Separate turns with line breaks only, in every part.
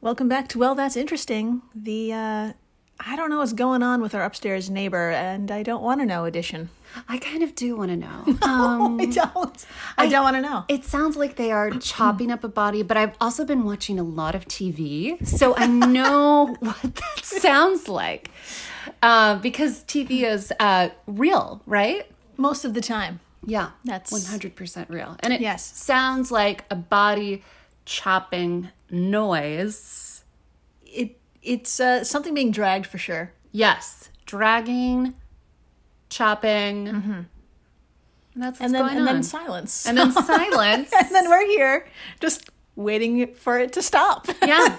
Welcome back to Well, That's Interesting. The, uh, I don't know what's going on with our upstairs neighbor, and I don't want to know edition.
I kind of do want to know. Um,
I don't. I, don't want to know.
It sounds like they are chopping up a body, but I've also been watching a lot of TV, so I know what that sounds like. Uh, because TV is uh, real, right?
Most of the time.
Yeah,
That's-
one hundred percent real, and it
Yes.
sounds like a body chopping noise.
It, it's uh, something being dragged for sure.
Yes, dragging, chopping. Mm-hmm. And that's what's
And then,
going
and
on.
then silence.
and then silence.
and then we're here just waiting for it to stop.
Yeah.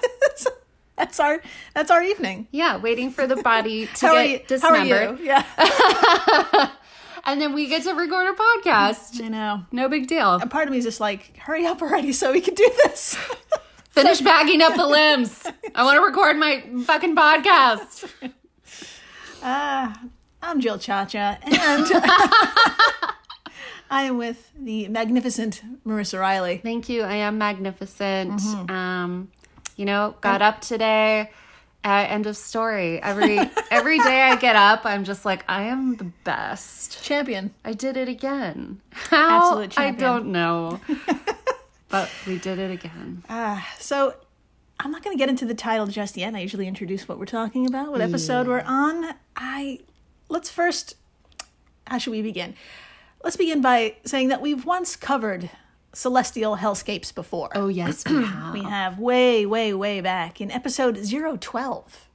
that's our that's our evening.
Yeah, waiting for the body to
How are, you,
get
how are
dismembered.
you? Yeah.
And then we get to record a podcast.
I know.
No big deal.
And part of me is just like, hurry up already so we can do this.
Finish bagging up the limbs. I want to record my fucking podcast.
Uh, I'm Jill Chacha and I am with the magnificent Marissa Riley.
Thank you. I am magnificent. Um, you know, got up today. Uh, end of story. Every every day I get up, I'm just like, I am the best.
Champion.
I did it again. How?
Absolute
I
champion.
don't know. but we did it again.
Uh, So I'm not going to get into the title just yet. I usually introduce what we're talking about, what episode we're on. I let's first how should we begin? Let's begin by saying that we've once covered celestial hellscapes before.
Oh yes, we have.
We have way way way back in episode 012.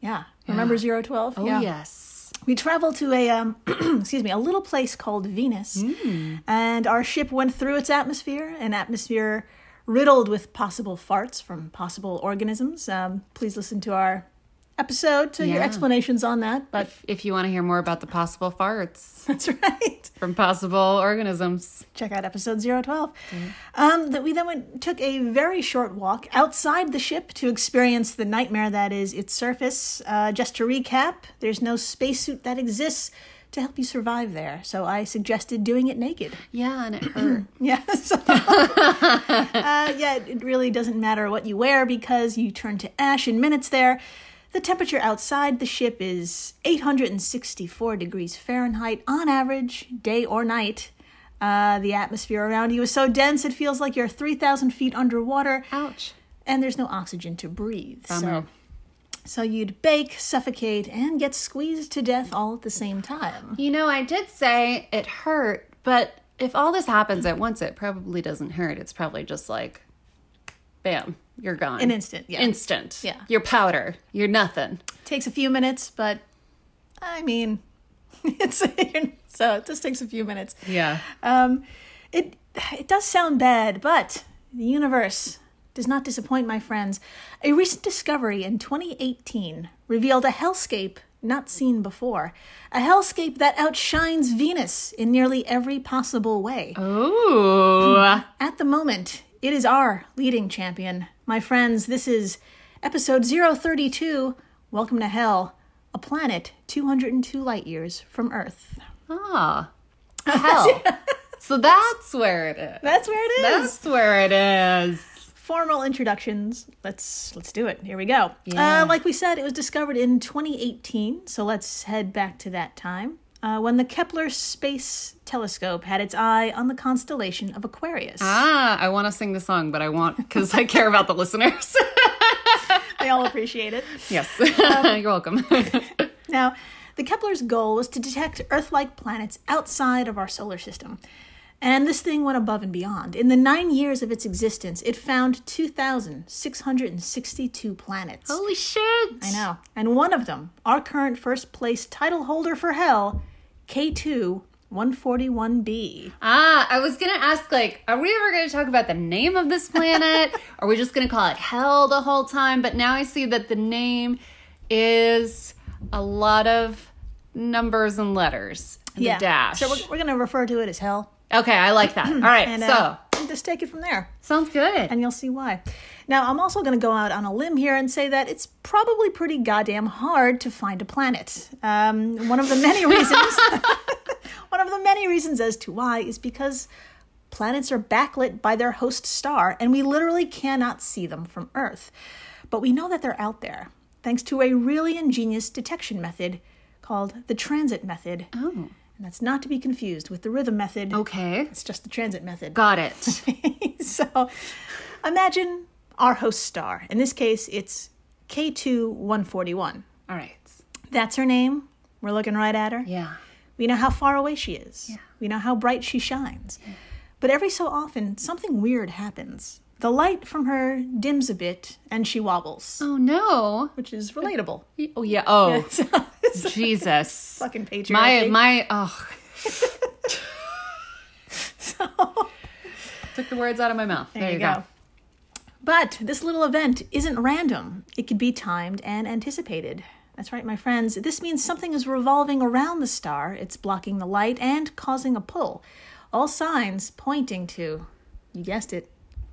Yeah. Remember 012?
Oh yes.
we traveled to a um, excuse me a little place called venus and our ship went through its atmosphere an atmosphere riddled with possible farts from possible organisms um, please listen to our episode to your
Yeah.
explanations on that but
If, if you want to hear more about the possible farts
that's right
from possible organisms,
check out episode 012 um, that we then went, took a very short walk outside the ship to experience the nightmare that is its surface uh, just to recap there's no spacesuit that exists to help you survive there so i suggested doing it naked
yeah, and it hurt.
yeah so- uh, yeah it- it really doesn't matter what you wear because you turn to ash in minutes there the temperature outside the ship is 864 degrees fahrenheit on average day or night uh, the atmosphere around you is so dense it feels like you're 3000 feet underwater
Ouch. Um,
and there's no oxygen to breathe
Oh,
so so you'd bake suffocate and get squeezed to death all at the same time
You know, I did say it hurt, but if all this happens at once, it probably doesn't hurt. It's probably just like, bam, you're gone.
an instant yeah
Instant.
Yeah.
You're powder. You're nothing.
takes a few minutes, but I mean, it's so it just takes a few minutes.
Yeah.
Um, it it does sound bad, but the universe does not disappoint, my friends. A recent discovery in 2018 revealed a hellscape not seen before, a hellscape that outshines Venus in nearly every possible way.
Ooh.
At the moment, it is our leading champion. My friends, this is episode 032 Welcome to Hell, a planet 202 light years from Earth.
ah. Hell. so that's where it is.
That's where it is.
That's where it is.
Formal introductions. Let's let's do it. Here we go.
Yeah.
Uh, like we said, it was discovered in 2018, so let's head back to that time uh, when the Kepler Space Telescope had its eye on the constellation of Aquarius.
Ah, I want to sing the song, but I won't because I care about the listeners.
They all appreciate it.
yes. You're welcome.
Now, the Kepler's goal was to detect Earth like planets outside of our solar system. And this thing went above and beyond. In the nine years of its existence, it found 2,662 planets.
Holy shit.
I know. And one of them, our current first place title holder for hell, K2 141b.
Ah, I was going to ask, like, are we ever going to talk about the name of this planet? are we just going to call it hell the whole time? But now I see that the name is a lot of numbers and letters. And
Yeah.
The dash.
So we're, we're going to refer to it as hell.
okay, I like that. All right.
And,
so,
uh, just take it from there.
sounds good.
and you'll see why. Now, I'm also going to go out on a limb here and say that it's probably pretty goddamn hard to find a planet. Um, one of the many reasons, one of the many reasons as to why is because Planets are backlit by their host star, and we literally cannot see them from Earth. But we know that they're out there, thanks to a really ingenious detection method called the transit method.
Oh.
And that's not to be confused with the rhythm method.
Okay.
It's just the transit method.
Got it.
so imagine our host star. In this case, it's K2141.
All right.
That's her name. We're looking right at her.
Yeah.
We know how far away she is. We know how bright she shines. But every so often, something weird happens. The light from her dims a bit and she wobbles,
Oh no.
which is relatable.
Oh yeah. Oh
It's
Jesus.
fucking
My
patriarchy.
my oh took the words out of my mouth. There,
There you go. But this little event isn't random. It could be timed and anticipated. That's right, my friends. This means something is revolving around the star. It's blocking the light and causing a pull. All signs pointing to, you guessed it,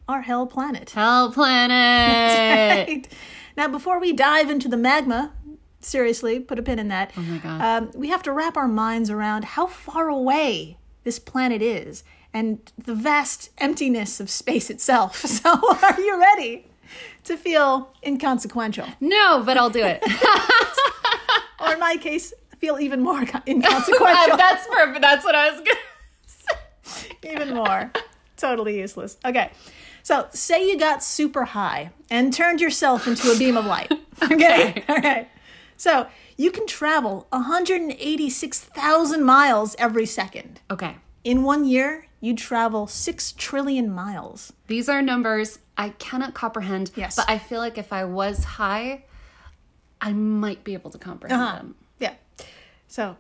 our hell planet.
Hell planet.
Right. Now, before we dive into the magma, seriously, put a pin in that. Oh
my God.
Um, we have to wrap our minds around how far away this planet is and the vast emptiness of space itself. So, are you ready to feel inconsequential?
No, but I'll do it.
Or, in my case, feel even more co- inconsequential.
that's perfect. That's what I was gonna
even more. Totally useless. Okay. So, say you got super high and turned yourself into a beam of light. Okay. All right. So, you can travel 186,000 miles every second.
Okay.
In one year, you travel 6 trillion miles.
These are numbers I cannot comprehend.
Yes.
But I feel like if I was high, I might be able to comprehend them.
Yeah. So,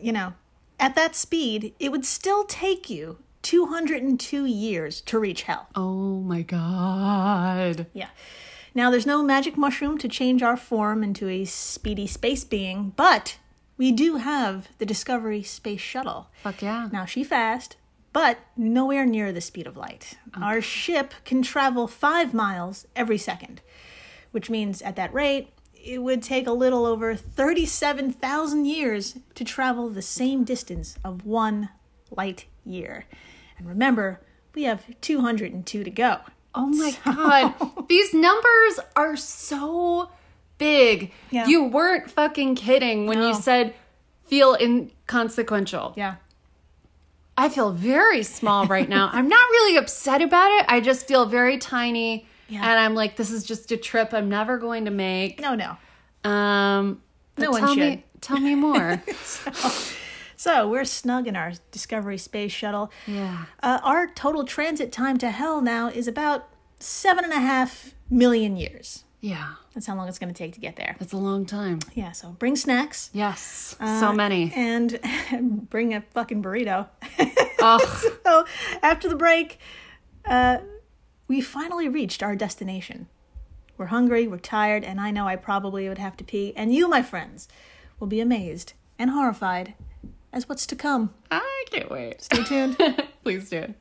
you know, at that speed, it would still take you 202 years to reach hell.
Oh my god.
Yeah. Now, there's no magic mushroom to change our form into a speedy space being, but we do have the Discovery Space Shuttle.
Fuck yeah.
Now, she fast, but nowhere near the speed of light. Our ship can travel five miles every second, which means at that rate, it would take a little over 37,000 years to travel the same distance of one light year. And remember, we have 202 to go.
Oh my god. These numbers are so big.
Yeah.
You weren't fucking kidding when you
No.
said feel inconsequential.
Yeah.
I feel very small right now. I'm not really upset about it. I just feel very tiny.
Yeah.
And I'm like, this is just a trip I'm never going to make.
No, no.
Um, but
No one
tell
should.
Me, tell me more.
So we're snug in our Discovery Space Shuttle.
yeah.
Uh, our total transit time to hell now is about seven and a half million years.
Yeah.
That's how long it's going to take to get there.
That's a long time.
Yeah, so bring snacks.
Yes.
Uh,
so many.
And bring a fucking burrito.
Ugh.
so after the break, uh, we finally reached our destination. We're hungry, we're tired, and I know I probably would have to pee. And you, my friends, will be amazed and horrified as what's to come.
I can't wait.
Stay tuned.
Please do it.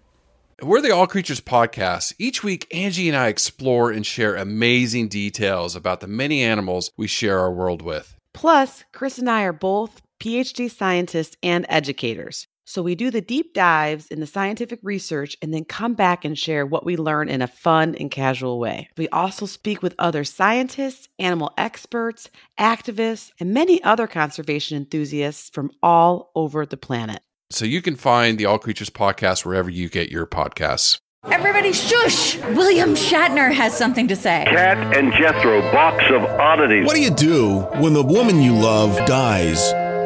We're the All Creatures Podcast. Each week, Angie and I explore and share amazing details about the many animals we share our world with.
Plus, Chris and I are both PhD scientists and educators. So we do the deep dives in the scientific research and then come back and share what we learn in a fun and casual way. We also speak with other scientists, animal experts, activists, and many other conservation enthusiasts from all over the planet.
So you can find the All Creatures Podcast wherever you get your podcasts.
Everybody, shush! William Shatner has something to say.
Cat and Jethro, box of oddities.
What do you do when the woman you love dies?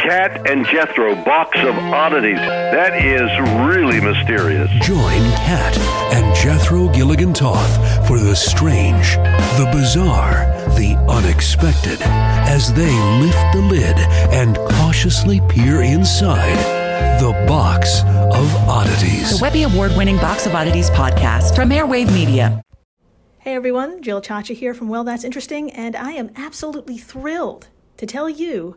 Cat and Jethro, box of oddities. That is really mysterious.
Join Kat and Jethro Gilligan Toth for the strange, the bizarre, the unexpected as they lift the lid and cautiously peer inside The Box of Oddities.
The Webby Award winning Box of Oddities podcast from Airwave Media.
Hey everyone, Jill Chacha here from Well That's Interesting, and I am absolutely thrilled to tell you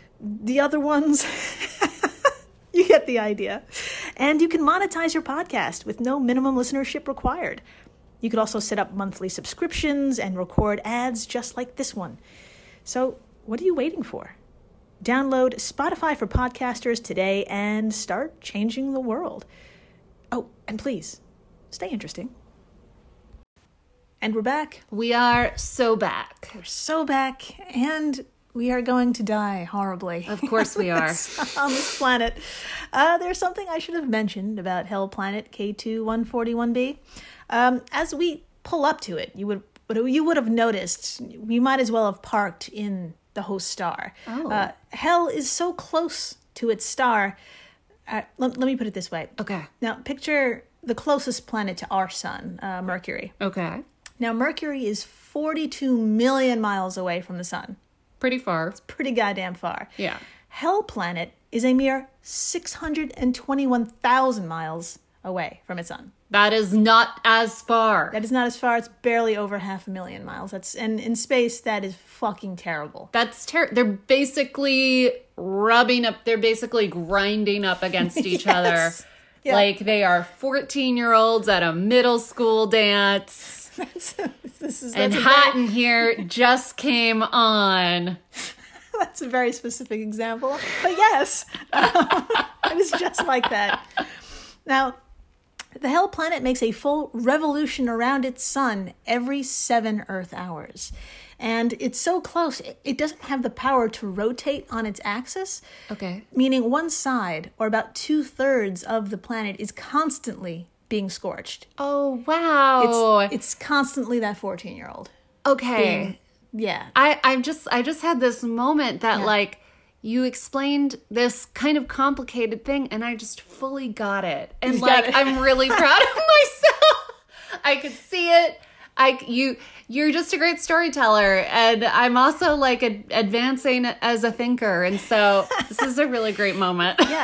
the other ones. you get the idea. And you can monetize your podcast with no minimum listenership required. You could also set up monthly subscriptions and record ads just like this one. So, what are you waiting for? Download Spotify for podcasters today and start changing the world. Oh, and please, stay interesting. And we're back.
We are so back.
We're so back, and we are going to die horribly
Of course we are.
on this planet. Uh, there's something I should have mentioned about Hell Planet K2141b. Um, as we pull up to it, you would would- you would have noticed we might as well have parked in the host star. Oh. Uh, Hell is so close to its star. Uh, let, let me put it this way.
Okay.
Now picture the closest planet to our sun, uh, Mercury.
Okay.
Now Mercury is 42 million miles away from the sun.
Pretty far.
Pretty goddamn far.
Yeah.
Hell Planet is a mere 621,000 miles away from its sun.
That is not as far.
That is not as far, it's barely over half a million miles. That's and in space that is fucking terrible.
That's terrible. They're basically rubbing up, they're basically grinding up against each
Yes.
other.
Yeah.
Like they are 14 year olds at a middle school dance.
this is
and
that's, a
Hot
very,
in Here just came on.
that's a very specific example. But yes, it is just like that. Now, the Hell Planet makes a full revolution around its sun every seven Earth hours. And it's so close, it- it doesn't have the power to rotate on its axis.
Okay.
meaning one side, or about two thirds of the planet, is constantly being scorched.
Oh, wow.
It's, it's constantly that 14 year old.
okay.
Yeah.
I I just I just had this moment that like you explained this kind of complicated thing and I just fully got it. And like I'm really proud of myself. I could see it. I you you're just a great storyteller and I'm also like ad- advancing as a thinker and so this is a really great moment.
Yeah.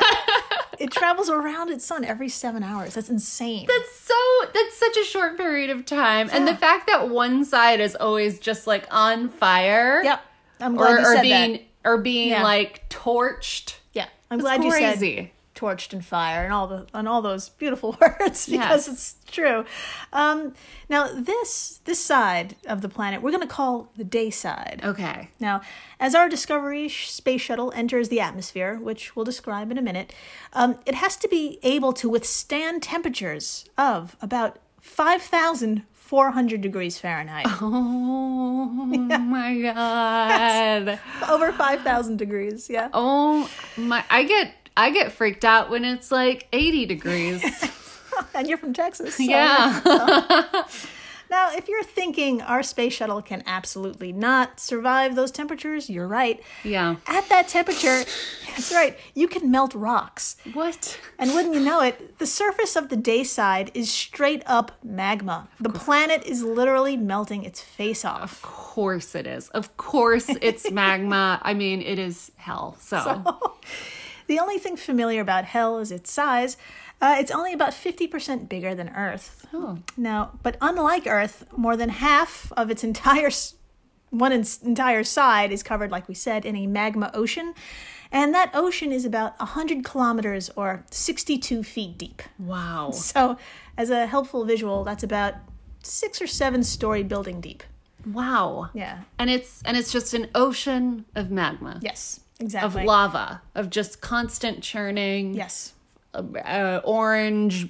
it travels around its sun every seven hours. That's insane.
so that's such a short period of time and the fact that one side is always just like on fire.
yep. I'm glad
Or,
you
or
said
being
that.
or being
Yeah.
like torched.
Yeah. I'm
It's
glad you said
crazy.
torched and fire and all the and all those beautiful words because
Yes.
it's true. Um, now this this side of the planet we're going to call the day side.
Okay.
Now, as our Discovery sh- space shuttle enters the atmosphere, which we'll describe in a minute, um, it has to be able to withstand temperatures of about 5,400 degrees Fahrenheit.
Oh my god.
Over 5,000 degrees, yeah.
Oh my I get I get freaked out when it's like 80 degrees.
And you're from Texas. so-
yeah.
Now, if you're thinking our space shuttle can absolutely not survive those temperatures, you're right.
Yeah.
At that temperature, that's right, you can melt rocks.
What?
And wouldn't you know it, the surface of the day side is straight up magma. The planet is literally melting its face off.
Of course it is. Of course it's magma. I mean, it is hell. So,
The only thing familiar about hell is its size. Uh, it's only about 50% bigger than Earth. Oh. Now, but unlike Earth, more than half of its entire s- one en- entire side is covered, like we said, in a magma ocean. And that ocean is about 100 kilometers or 62 feet deep.
wow.
So, as a helpful visual, that's about six or seven story building deep.
Wow.
Yeah.
And it's and it's just an ocean of magma.
Yes,
Of
exactly.
lava, of just constant churning.
Yes.
Uh, orange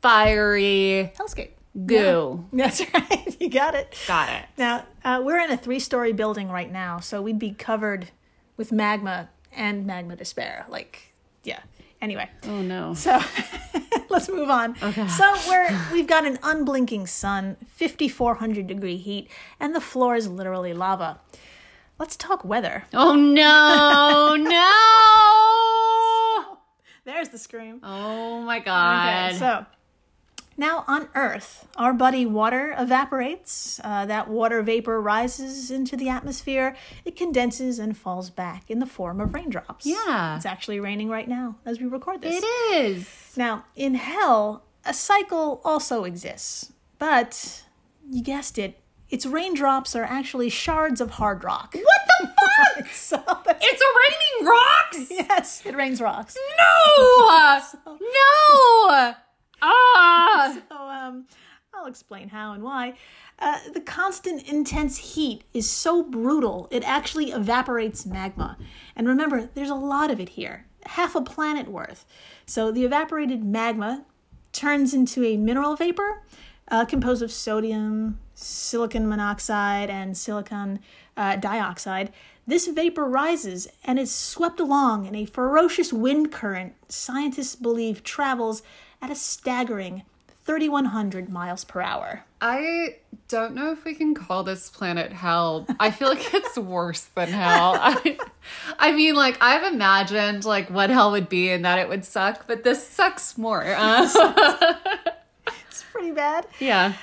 fiery
Hellscape.
goo.
That's right. You got it.
Got it.
Now, uh, we're in a three story building right now, so we'd be covered with magma and magma despair. Like, yeah. Anyway,
Oh no.
so let's move on. So we're we've got an unblinking sun, 5400 degree heat, and the floor is literally lava. Let's talk weather.
Oh no, no.
There's the scream.
Oh my
Okay,
god.
so now on Earth, our buddy water evaporates. Uh, that water vapor rises into the atmosphere. It condenses and falls back in the form of raindrops.
Yeah.
It's actually raining right now as we record this.
it is.
Now, in hell, a cycle also exists, but you guessed it. Its raindrops are actually shards of hard rock. What the fuck? so that's,
It's a raining rocks.
yes, it rains rocks.
No. no. Ah.
So, um, I'll explain how and why. Uh, the constant intense heat is so brutal, it actually evaporates magma. And remember, there's a lot of it here, half a planet worth. So the evaporated magma turns into a mineral vapor uh, composed of sodium, silicon monoxide, and silicon uh, dioxide. This vapor rises and is swept along in a ferocious wind current scientists believe travels at a staggering 3,100 miles per hour.
I don't know if we can call this planet hell. I feel like it's worse than hell. I, I mean, like I've imagined like what hell would be and that it would suck, but this sucks more. Uh,
It's pretty bad.
yeah.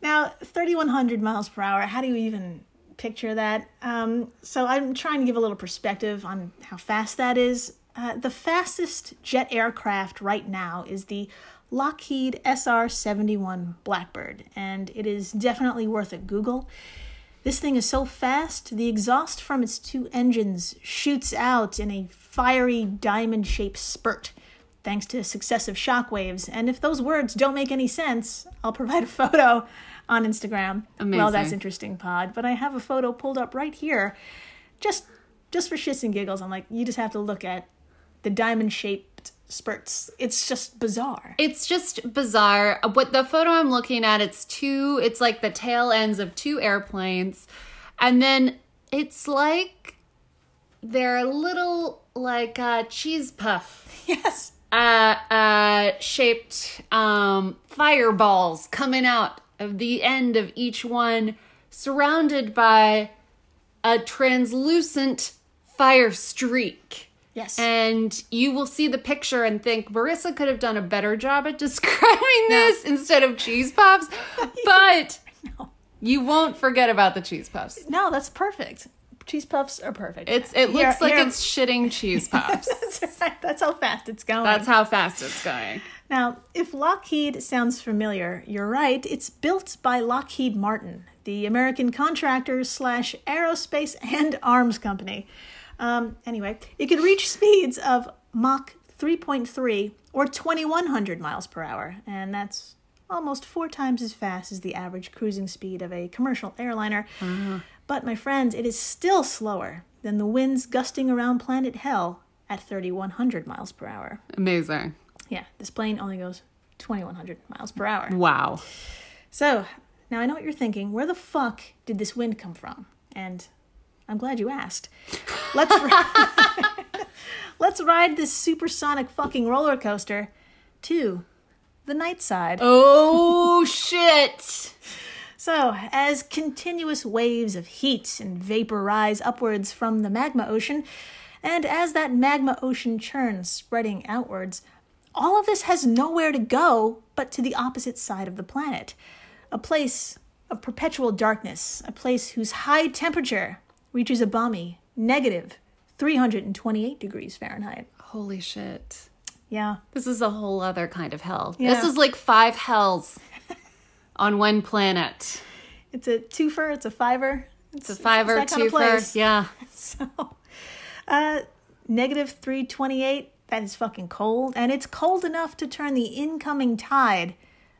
Now, 3,100 miles per hour, how do you even picture that? Um, so, I'm trying to give a little perspective on how fast that is. Uh, the fastest jet aircraft right now is the Lockheed SR 71 Blackbird, and it is definitely worth a Google. This thing is so fast, the exhaust from its two engines shoots out in a fiery diamond shaped spurt, thanks to successive shockwaves. And if those words don't make any sense, I'll provide a photo on Instagram. Well, that's
Amazing.
interesting, Pod, but I have a photo pulled up right here. Just just for shits and giggles, I'm like, you just have to look at the diamond shaped spurts. It's just bizarre.
It's just bizarre. What the photo I'm looking at, it's two, it's like the tail ends of two airplanes. And then it's like they're a little like a cheese puff
Yes.
uh, uh, shaped um, fireballs coming out of the end of each one, surrounded by a translucent fire streak.
Yes.
And you will see the picture and think Marissa could have done a better job at describing this instead of cheese puffs, but you won't forget about the cheese puffs.
no, that's perfect. Cheese puffs are perfect.
It's it
Here-
looks like
here-
it's shitting cheese puffs.
that's, right. That's how fast it's going.
That's how fast it's going.
Now, if Lockheed sounds familiar, you're right. It's built by Lockheed Martin, the American contractor slash aerospace and arms company. Um, anyway, it could reach speeds of Mach 3.3 or 2100 miles per hour, and that's almost four times as fast as the average cruising speed of a commercial airliner. But, my friends, it is still slower than the winds gusting around planet Hell at 3100 miles per hour.
Amazing.
Yeah, this plane only goes 2,100 miles per hour.
Wow.
So, now I know what you're thinking. Where the fuck did this wind come from? And I'm glad you asked. Let's ri- Let's ride this supersonic fucking roller coaster to the night side.
Oh shit.
So, as continuous waves of heat and vapor rise upwards from the magma ocean, and as that magma ocean churns, spreading outwards, all of this has nowhere to go but to the opposite side of the planet. A place of perpetual darkness, a place whose high temperature reaches a balmy negative 328 degrees Fahrenheit.
Holy shit.
Yeah,
This is a whole other kind of hell. This
Yeah.
is like five hells on one planet.
it's a twofer, it's a fiver. It's,
The five or
that kind
two
of place.
first. Yeah.
So, uh, negative 328, that is fucking cold. And it's cold enough to turn the incoming tide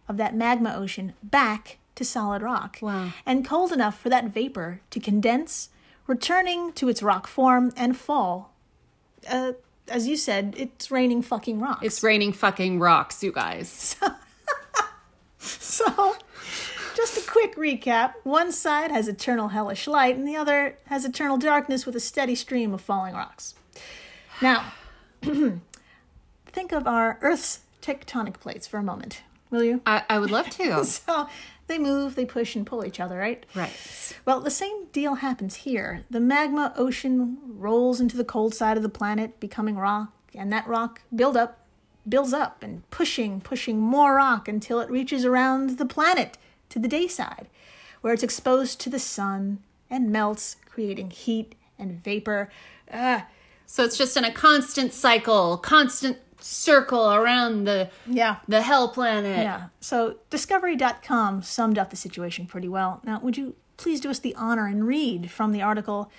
of that magma ocean back to solid rock.
Wow.
And cold enough for that vapor to condense, returning to its rock form and fall. Uh, as you said, it's raining fucking rocks.
It's raining fucking rocks, you guys.
So, just a quick recap. One side has eternal hellish light, and the other has eternal darkness with a steady stream of falling rocks. Now, think of our Earth's tectonic plates for a moment, will you?
I, I would love to.
So they move, they push, and pull each other, right?
right.
Well, the same deal happens here. The magma ocean rolls into the cold side of the planet, becoming rock, and that rock build up, builds up, and pushing, pushing more rock until it reaches around the planet to the day side, where it's exposed to the sun and melts, creating heat and vapor. Ah,
So it's just in a constant cycle, constant circle around the
yeah.
the hell planet.
Yeah. So discovery.com summed up the situation pretty well. Now, would you please do us the honor and read from the article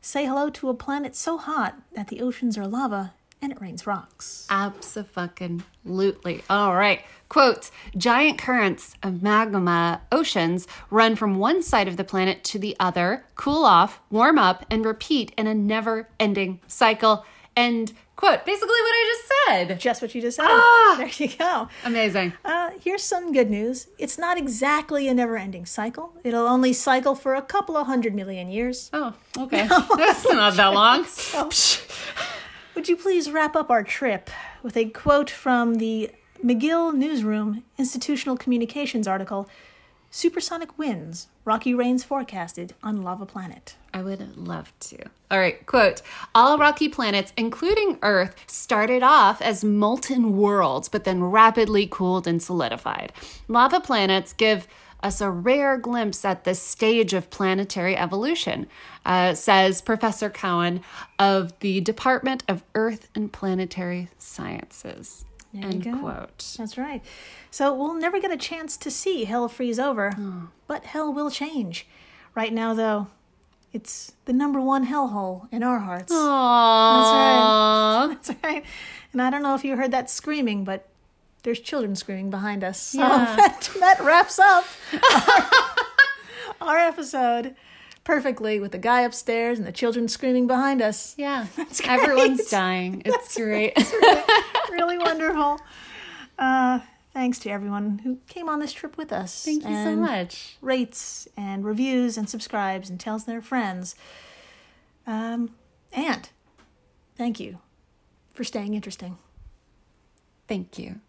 Say hello to a planet so hot that the oceans are lava and it rains rocks.
Absolutely. All right. Quote Giant currents of magma oceans run from one side of the planet to the other, cool off, warm up, and repeat in a never ending cycle. End quote. Basically, what I just said.
Just what you just said. There you go.
Amazing.
Uh, here's some good news. It's not exactly a never ending cycle. It'll only cycle for a couple of hundred million years.
Oh, okay. That's not that long.
Would you please wrap up our trip with a quote from the McGill Newsroom Institutional Communications article Supersonic Winds, Rocky Rains Forecasted on Lava Planet?
I would love to. All right, quote All rocky planets, including Earth, started off as molten worlds, but then rapidly cooled and solidified. Lava planets give us a rare glimpse at this stage of planetary evolution, uh, says Professor Cowan of the Department of Earth and Planetary Sciences. End
go.
quote.
That's right. So we'll never get a chance to see hell freeze over, but hell will change. Right now, though, it's the number one hellhole in our hearts. That's right. That's right. And I don't know if you heard that screaming, but there's children screaming behind us. So that, that wraps up our, our episode perfectly with the guy upstairs and the children screaming behind us.
Yeah,
great.
everyone's dying. It's great.
Really wonderful. Uh, thanks to everyone who came on this trip with us.
Thank you so
and
much.
Rates and reviews and subscribes and tells their friends. Um, and thank you for staying interesting.
Thank you.